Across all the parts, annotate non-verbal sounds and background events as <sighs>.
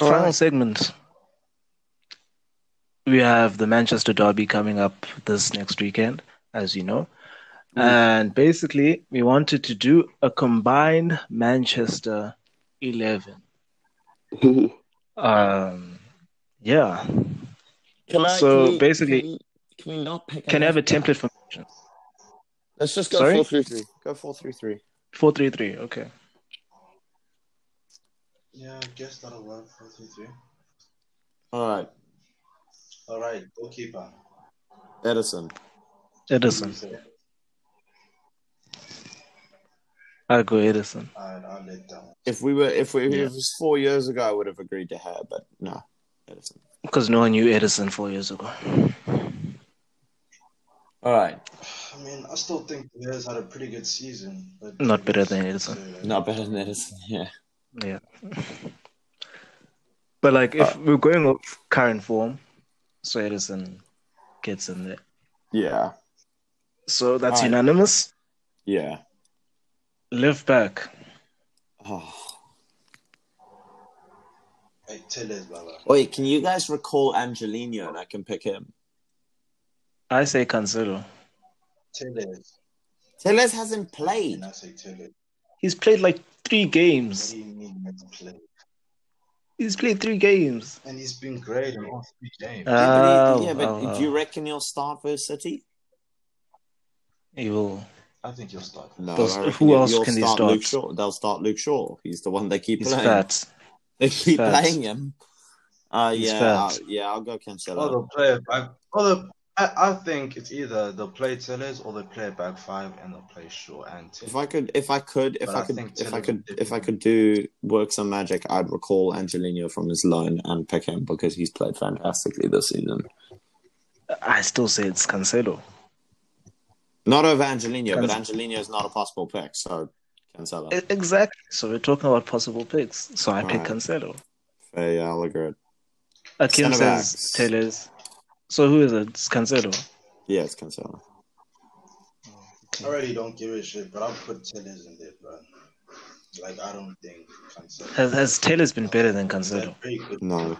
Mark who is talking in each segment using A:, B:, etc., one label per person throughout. A: All
B: Final
A: right.
B: segment. We have the Manchester Derby coming up this next weekend, as you know.
A: Mm.
B: And basically, we wanted to do a combined Manchester 11.
C: <laughs>
B: Um, yeah.
C: Can I?
B: So
C: can we-
B: basically-
C: can, can we not pick?
B: Can I
C: an-
B: have a template for
C: Let's just go
B: Sorry?
C: four three three. Go four three three.
B: 433? Okay.
A: Yeah, I guess that'll work. Four, three, three.
C: All right,
A: All right, goalkeeper.
C: Edison.
B: Edison. I go Edison.
A: And I'll let down.
C: If we were, if we,
B: Yeah.
C: if it was four years ago, I would have agreed to her, but no, Edison.
B: Because no one knew Edison four years ago.
C: All right,
A: I mean, I still think Perez had a pretty good season. But
B: Not better than Edison.
A: So,
C: not better than Edison. Yeah.
B: Yeah. But like, if
A: Uh.
B: we're going off current form, so Edison gets in there.
C: Yeah.
B: So that's
C: Aye.
B: unanimous.
C: Yeah.
B: Left back.
C: Oh.
A: Hey, Tellez, Baba.
C: Wait, can you guys recall Angelino and I can pick him?
B: I say Cancelo.
A: Tellez.
C: Tellez hasn't played.
A: And I say Tellez.
B: He's played like three
A: What
B: games.
A: do you mean meant to play?
B: He's played three games.
A: And he's been great in all three games.
B: Uh,
C: Yeah, but,
B: Oh,
C: he- yeah, but
B: oh,
C: do you
B: oh.
C: reckon he'll start versus City?
B: He will.
A: I think he'll start.
C: No.
B: Does-
C: I reckon
B: who
C: he'll-
B: else
C: he'll
B: can he start?
C: Luke Shaw. They'll start Luke Shaw. He's the one they keep
B: He's
C: playing.
B: fat.
C: They keep
B: fat.
C: playing him. Uh,
B: He's
C: yeah,
B: fat.
C: I'll- yeah, I'll go Cancelo.
A: Or they'll play it back. Or they'll, I, I think it's either they'll play Tellez or they play it back five and they'll play Shaw and
C: If
A: Tellez.
C: I could, if I could, if
A: But
C: I
A: I
C: could,
A: think
C: if I
A: Tillman
C: could,
A: did
C: if I
A: well.
C: could do work some magic, I'd recall Angelino from his loan and pick him because he's played fantastically this season.
B: I still say it's Cancelo.
C: Not over Angelino, but
B: Canc-
C: Angelino is not a possible pick, so Cancelo.
B: E- Exactly. So we're talking about possible picks. So I pick
C: Alright.
B: Cancelo.
C: Fair, yeah, I'll agree.
B: Akim
C: Centre
B: says
C: backs.
B: Taylor's. So who is it? It's Cancelo.
C: Yeah, it's Cancelo.
A: I really don't give a shit, but I'll put Tellez in there, bro. Like, I don't think Cancelo.
B: Has, has Taylor's been better than
A: They're
B: Cancelo?
A: pretty good.
C: No,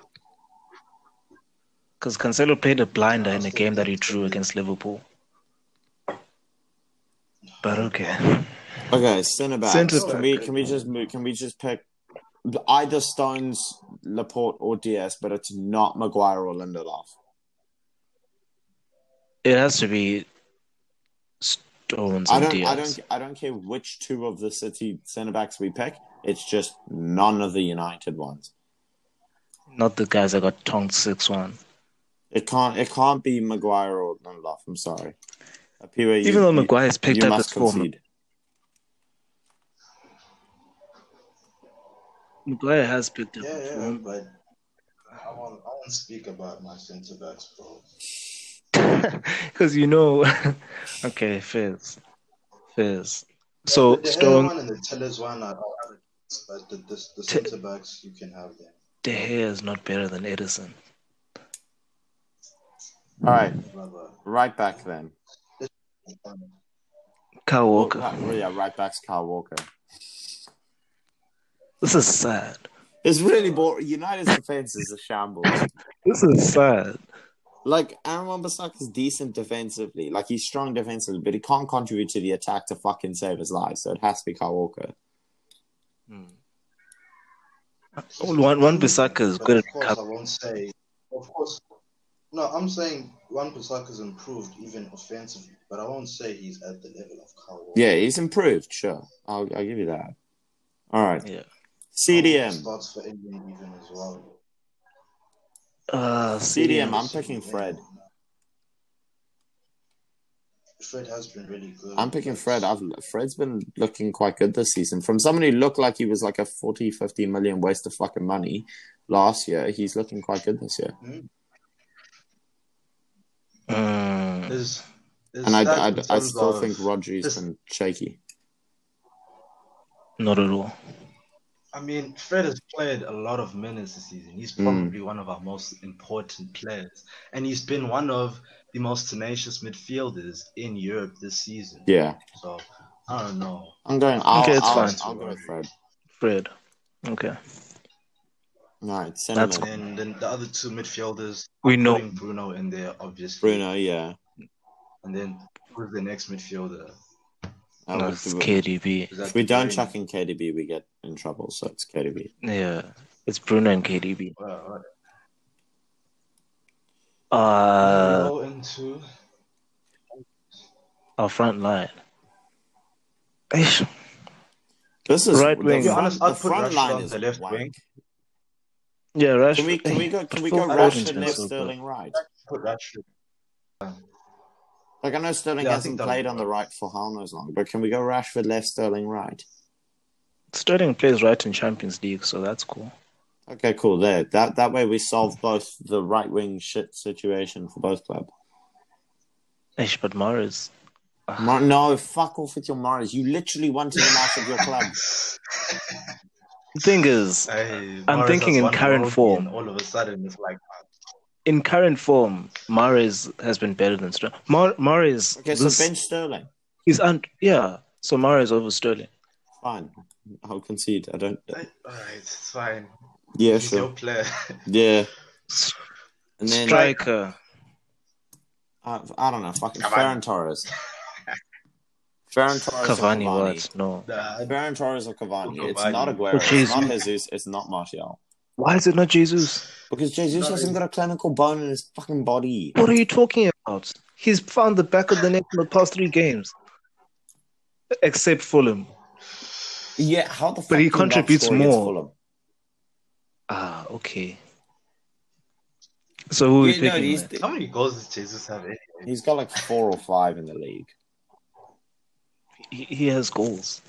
B: Because Cancelo played a blinder in a game that he drew against Liverpool. But okay.
C: okay, centre back.
B: Centre
C: Can we
B: back.
C: can we just move, can we just pick either Stones, Laporte, or Diaz? But it's not Maguire or Lindelof.
B: It has to be Stones
C: I
B: and
C: don't, I
B: Diaz.
C: don't, I don't care which two of the City centre backs we pick. It's just none of the United ones.
B: Not the guys that got tongued 6 1.
C: It can't, it can't be Maguire or Lindelof. I'm sorry. Apiwa, you-
B: Even though
C: you-
B: Maguire's picked
C: you
B: up his
C: must
B: form,
C: concede.
B: Maguire has picked up
A: Yeah,
B: his
A: yeah,
B: form.
A: but I won't, I won't speak about my centre backs, bro.
B: <laughs> Because you know. <laughs> okay, Fizz. Fizz. So
A: the, the Stone
B: Stone,
A: one and the Tellez one, I, I, but the, the, the
B: Te-
A: centre backs you can have them.
B: De Gea is not better than Edison.
C: All right,
A: Blah, blah.
C: right back then.
B: Kyle Walker.
C: Right- yeah, right back's Carl Walker.
B: This is sad.
C: It's really boring. United's defense is a shambles.
B: This is sad.
C: Like Aaron Bissaka's decent defensively. Like he's strong defensively, but he can't contribute to the attack to fucking save his life. So it has to be Carl Walker. Hmm.
B: One one Bissaka is
A: But
B: good at
A: Of course, I won't say. Of course, no. I'm saying Juan Bissaka's improved even offensively, but I won't say he's at the level of Kyle. Walker.
C: Yeah, he's improved. Sure, I'll, I'll give you that. All right.
B: Yeah.
C: CDM.
A: starts for England even as well.
B: uh,
C: CDM.
B: CDM.
C: I'm picking Fred.
A: Fred has been really good.
C: I'm picking Fred. I've Fred's been looking quite good this season. From someone who looked like he was like a 40, 50 million waste of fucking money last year, he's looking quite good this year.
B: Mm.
A: Is, is
C: And I,
A: that
C: I,
A: in
C: I
A: terms
C: still
A: of-
C: think Rodri's
A: this-
C: been shaky.
B: Not at all.
A: I mean, Fred has played a lot of minutes this season. He's
C: Hmm.
A: probably one of our most important players, and he's been one of the most tenacious midfielders in Europe this season.
C: Yeah.
A: So I don't know.
C: I'm going. I'll,
B: Okay, it's
C: I'll,
B: fine.
C: I'll go with Fred.
B: Fred. Okay.
C: No, it's
B: That's-
C: Seneman.
A: And then the other two midfielders,
B: We know.
A: putting Bruno in there, obviously.
C: Bruno, yeah.
A: And then who's the next midfielder?
C: That
B: No,
C: would
B: it's
C: be-
B: KDB.
A: Is that
C: If we don't
A: Varane?
C: chuck in KDB, we get in trouble. So it's KDB.
B: Yeah, it's Bruno and KDB.
A: Uh, uh,
B: Uh,
A: Bruno into
B: our front line. Eish,
C: This is
B: Right wing.
A: To be honest, I'd put Rashford on
C: is
A: the left
C: whack.
A: wing.
B: Yeah, Rashford.
C: Can we can
B: <laughs>
C: we go can we go
B: Phil
C: Rashford
B: Foden's been
C: left
B: so good.
C: Sterling right?
A: put Rashford.
C: Like I know Sterling
A: Yeah, I
C: hasn't
A: think that
C: played
A: would
C: on the right for how knows long, but can we go Rashford left Sterling right?
B: Sterling plays right in Champions League, so that's cool.
C: Okay, cool. There, that that way we solve both the right wing shit situation for both clubs.
B: Eish, but Morris.
C: Mar- no, fuck off with your Morris. You literally wanted him out of your club.
A: <laughs>
B: The thing is,
A: Hey,
B: I'm
A: Mahrez
B: thinking
A: has
B: in
A: one
B: current
A: goal,
B: form.
A: and All of a sudden, it's like
B: in current form, Morris has been better than Sterling. Mar- Morris
C: Okay, so
B: this
C: bench Sterling.
B: is un- yeah. So Morris over Sterling.
C: Fine, I'll concede. I don't.
A: All right, it's fine.
C: Yeah,
A: He's your
C: sure.
A: player. <laughs>
C: Yeah,
B: S-
C: and then
B: Striker.
C: I, Uh, I don't know. Fucking
A: Cavani.
C: Ferran Torres. Ferran Torres. or
B: Cavani,
C: Cavani.
B: what? No.
A: Nah,
C: Baron Torres or Cavani.
A: Or
C: It's
A: Cavani.
C: not Aguero.
B: Or
C: It's not
B: Jesus.
C: Jesus. It's not Martial.
B: Why is it not Jesus?
C: Because Jesus
A: No,
C: hasn't
A: it's-
C: got a clinical bone in his fucking body.
B: What are you talking about? He's found the back of the net in the past three games, except Fulham.
C: Yeah, how the fuck?
B: he
C: do you not
B: contributes
C: score against
B: more.
C: Fulham?
B: Ah, okay. So who are we
C: Yeah, no,
B: picking?
C: he's,
B: then?
A: how many goals does Jesus have? Anyway?
C: he's got like four or five in the league.
B: he, he has goals.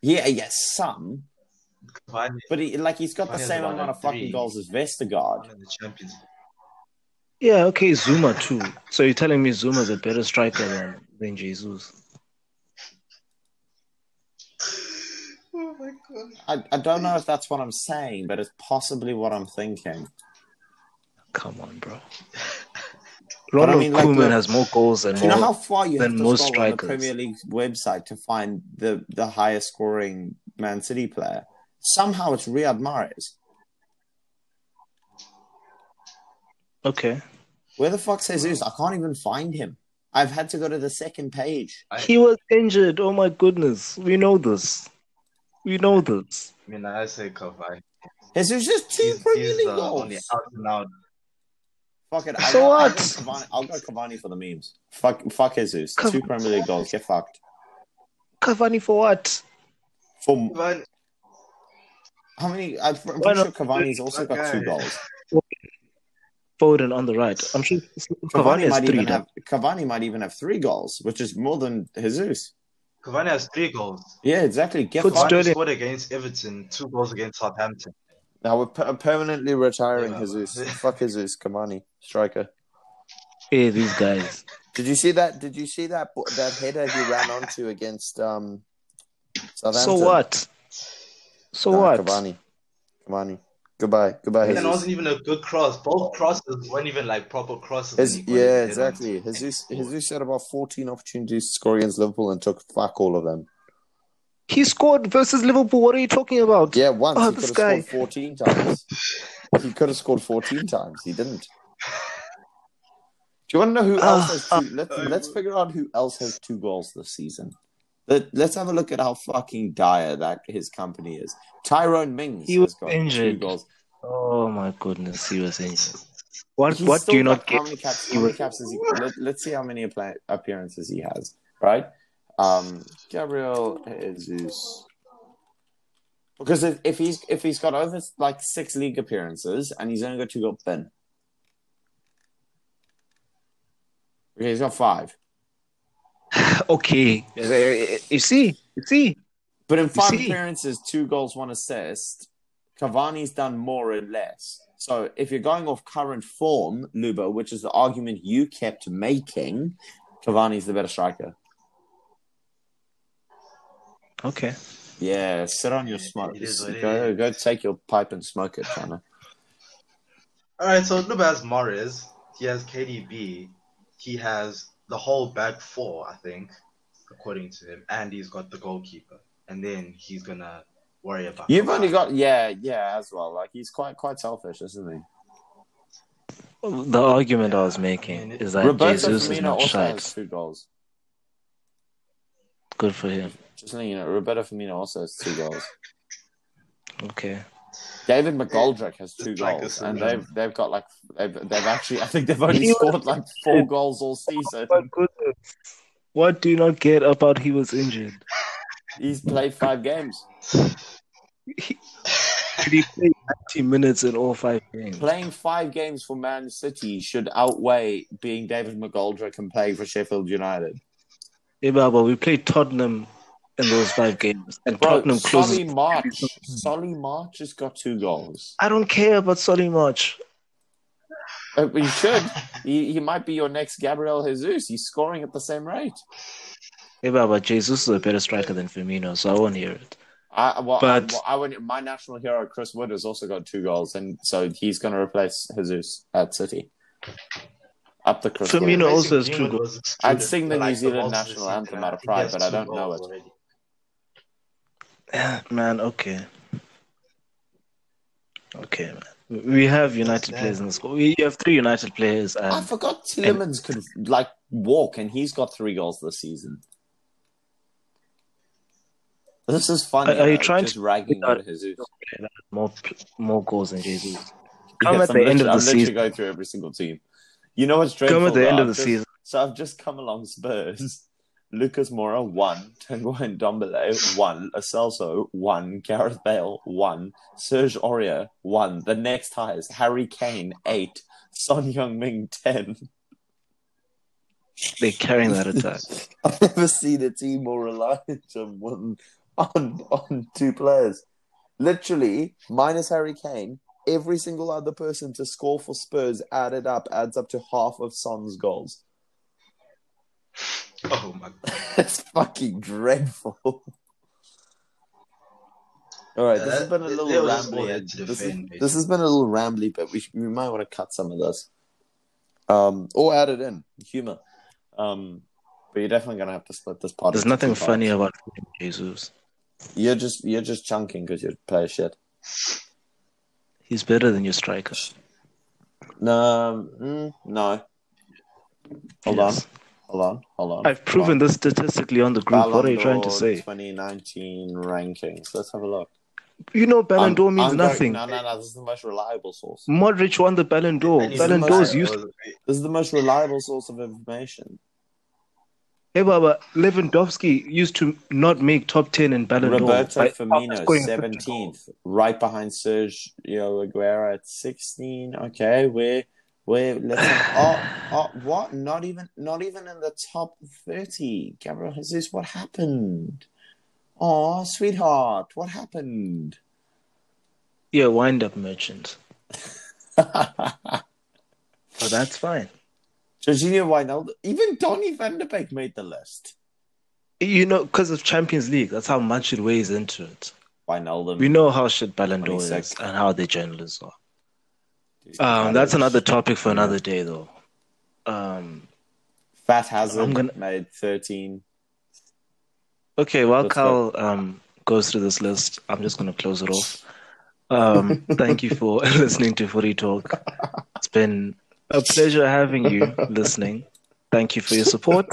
C: Yeah, yeah, some.
A: Cavani
C: But he, like, he's got the
A: Cavani has
C: same
A: about
C: amount
A: like
C: of fucking
A: three.
C: goals as
A: won
C: Vestergaard.
A: in the Champions.
B: Yeah, okay, Zuma too. So you're telling me Zuma's a better striker than, than Jesus?
A: League. Oh my god.
C: I, I don't know if that's what I'm saying, but it's possibly what I'm thinking.
B: Come on, bro.
C: But I
B: Ronald
C: mean, like,
B: Koeman
C: look-
B: has more goals than
C: Do you know how
B: more.
C: far you
B: than
C: have to
B: most
C: scroll
B: strikers.
C: on the Premier League website to find the, the highest scoring Man City player? Somehow it's Riyad Mahrez.
B: Okay,
C: Where the fuck says this? I can't even find him. I've had to go to the second page.
A: I-
B: he was injured. Oh my goodness, we know this. We know this.
A: I mean, I say Cavani.
C: Jesus just two
A: He's,
C: Premier
A: he's
C: League
A: uh,
C: goals.
A: only out and out.
C: Fuck it.
B: So
C: I'll, I'll
B: what?
C: go Cavani, I'll go Cavani for the memes. Fuck, fuck Jesus.
B: Cav-
C: two Premier League goals. Get fucked.
B: Cavani for what?
C: For
A: Cavani,
C: how many? I'm pretty
B: Why
C: sure
B: not?
C: Cavani's also got two
A: Okay.
C: goals.
B: Foden on the right. I'm sure Cavani, has
C: might
B: three.
C: even
B: now.
C: have Cavani might even have three goals, which is more than Jesus.
A: Cavani has three goals.
C: Yeah, exactly. Get
B: Put
C: fucked.
A: Cavani
B: Sterling-
A: scored against Everton, two goals against Southampton.
C: Now we're per- permanently retiring <laughs>
A: Yeah.
C: Jesus. Fuck Jesus, Cavani, striker.
B: Hey, these guys.
C: Did you see that? Did you see that bo- that header he ran onto against um,
B: so
C: Southampton?
B: what? So
C: Nah,
B: what?
C: Cavani, Cavani. Goodbye, goodbye.
A: And it
C: Jesus.
A: wasn't even a good cross. Both crosses weren't even like proper crosses.
C: His-
A: and he got his
C: yeah,
A: head
C: exactly.
A: on it.
C: Jesus, Jesus had about fourteen opportunities to score against Liverpool and took fuck all of them.
B: He scored versus Liverpool. What are you talking about?
C: Yeah, once
B: Oh,
C: he could
B: this
C: have
B: guy.
C: scored fourteen times. he could have scored fourteen times. He didn't. Do you want to know who
B: Ah,
C: else
B: <sighs>
C: has two? Let's, let's figure out who else has two goals this season. Let, let's have a look at how fucking dire that his company is. Tyrone Mings
B: He was
C: has got two
B: injured.
C: goals.
B: Oh my goodness, he was injured. What?
C: He's
B: what
C: still
B: do you not
C: got- How
B: get?
C: many caps?
B: He
C: How many
B: was-
C: caps has he? Let, let's see how many apla- appearances he has. Right? Um, Gabriel Jesus. Because if, if he's if he's got over like six league appearances and he's only got two goals, then okay, he's got five.
B: Okay, you see, you see.
C: But in five
B: see?
C: appearances, two goals, one assist. Cavani's done more and less. So if you're going off current form, Luba, which is the argument you kept making, Cavani's the better striker.
B: Okay.
C: Yeah, sit on your smoke.
A: It is what it
C: Go,
A: is.
C: go take your pipe and smoke it, China.
A: All right, so Luba has Morris. He has KDB. He has the whole back four, I think, according to him. And he's got the goalkeeper. And then he's going to worry about.
C: You've only got yeah, yeah, as well. Like he's quite quite selfish, isn't he?
B: The argument I was
A: Yeah, I
B: making
A: mean, it-
B: is that
C: Roberto
B: Jesus is
C: Firmino
B: not
C: also
B: shite.
C: has two goals.
B: Good for him.
C: Just so you know, Roberto Firmino also has two goals.
B: Okay.
C: David McGoldrick has two
A: It's like a
C: goals, and
A: syndrome.
C: they've they've got like they've, they've actually I think
B: <laughs>
C: they've only
B: He was-
C: scored like four goals all season.
B: But goodness, what do you not get about he was injured?
C: He's played five games.
B: Did he play 90 minutes in all five games?
C: Playing five games for Man City should outweigh being David McGoldrick and playing for Sheffield United.
B: Yeah, but we played Tottenham in those five games, and
C: Bro,
B: Tottenham closes.
C: Solly March, Solly March has got two goals.
B: I don't care about Solly March.
C: Uh, He should. He, he might be your next Gabriel Jesus. He's scoring at the same rate.
B: Yeah, but Jesus is a better striker than Firmino, so I won't hear it.
C: I, well,
B: But-
C: I, well, I would, my national hero Chris Wood has also got two goals, and so he's going to replace Jesus at City. Up the Chris Wood.
B: Firmino- also has
A: Basically,
B: two
A: England was excluded
C: I'd sing the
A: for,
C: New
A: like,
C: Zealand
A: most of the
C: national
A: season,
C: anthem
A: and I
C: out of
A: think he
C: pride,
A: has
C: but I
A: two
C: don't know
A: goals
C: it.
A: already.
B: Man, okay. Okay, man. We have United
A: That's
B: players in the squad. We have three United players,
C: I
B: and
C: forgot Tillemans could like walk, and he's got three goals this season. This is fun.
B: Are- are you
C: know,
B: trying
C: just ragging on Jesus?
B: more more goals than Jesus. Come
C: Yes,
B: at the end
C: I'm literally-
B: of the
C: I'm literally
B: season.
C: going through every single team. You know what's dreadful?
B: Come at the
C: though?
B: end of the
C: I've just-
B: season.
C: So I've just come along Spurs. <laughs> Lucas Moura one, <laughs> Tango and Dombele one, Acelso one, Gareth Bale one, Serge Aurier one. The next highest Harry Kane eight, <laughs> Son Young Ming ten.
B: They're carrying that
C: <laughs>
B: attack.
C: I've never seen a team more reliant <laughs> on one on on two players. Literally, minus Harry Kane, every single other person to score for Spurs added up adds up to half of Son's goals.
A: Oh my god,
C: <laughs> It's fucking dreadful. <laughs> All right, this has been a
A: Uh,
C: little
A: they were just all there
C: rambly.
A: to
C: This, is-
A: defend,
C: this has been a little rambly, but we, sh- we might want to cut some of this, um, or add it in humor. Um, but you're definitely gonna have to split this part.
B: There's
C: into two
B: nothing
C: parts.
B: funny about Jesus.
C: You're just you're just chunking because you play shit.
B: He's better than your striker.
C: No, um, mm, no. Hold
B: Yes.
C: on, hold on, hold on.
B: I've proven this statistically on the group. what are you trying to say?
C: 2019 rankings. Let's have a look.
B: You know, Ballon d'Or means
C: I'm going-
B: nothing.
C: no, no, no. This is the most reliable source.
B: Modric won the Ballon d'Or.
A: And he's
B: Ballon
A: the
B: d'Or's
A: most-
B: used.
C: This is the most reliable source of information.
B: Hey, Baba, Lewandowski used to not make top ten in Ballon
C: Roberto
B: d'Or. by
C: Firmino,
B: outscoring
C: 17th, right behind Sergio Aguero at 16. Okay, we're we're
B: <sighs>
C: let's oh, oh what? Not even not even in the top 30. Gabriel Jesus, what happened? Oh, sweetheart, what happened? <laughs>
B: Yeah, wind up merchant. But that's fine.
C: Jorginho Wijnaldum, even Donny van de Beek made the list.
B: You know, because of Champions League, that's how much it weighs into it.
C: Wijnaldum,
B: We know how shit Ballon d'Or is
C: 26.
B: and how the journalists are. Um, that's another topic for another day, though. Um,
C: Fat Hazard
B: I'm gonna-
C: made 13.
B: Okay, while
C: Let's
B: Kyle um, goes through this list, I'm just going to close it off. Um, thank you for <laughs> listening to Footy Talk. It's been a pleasure having you listening. Thank you for your support.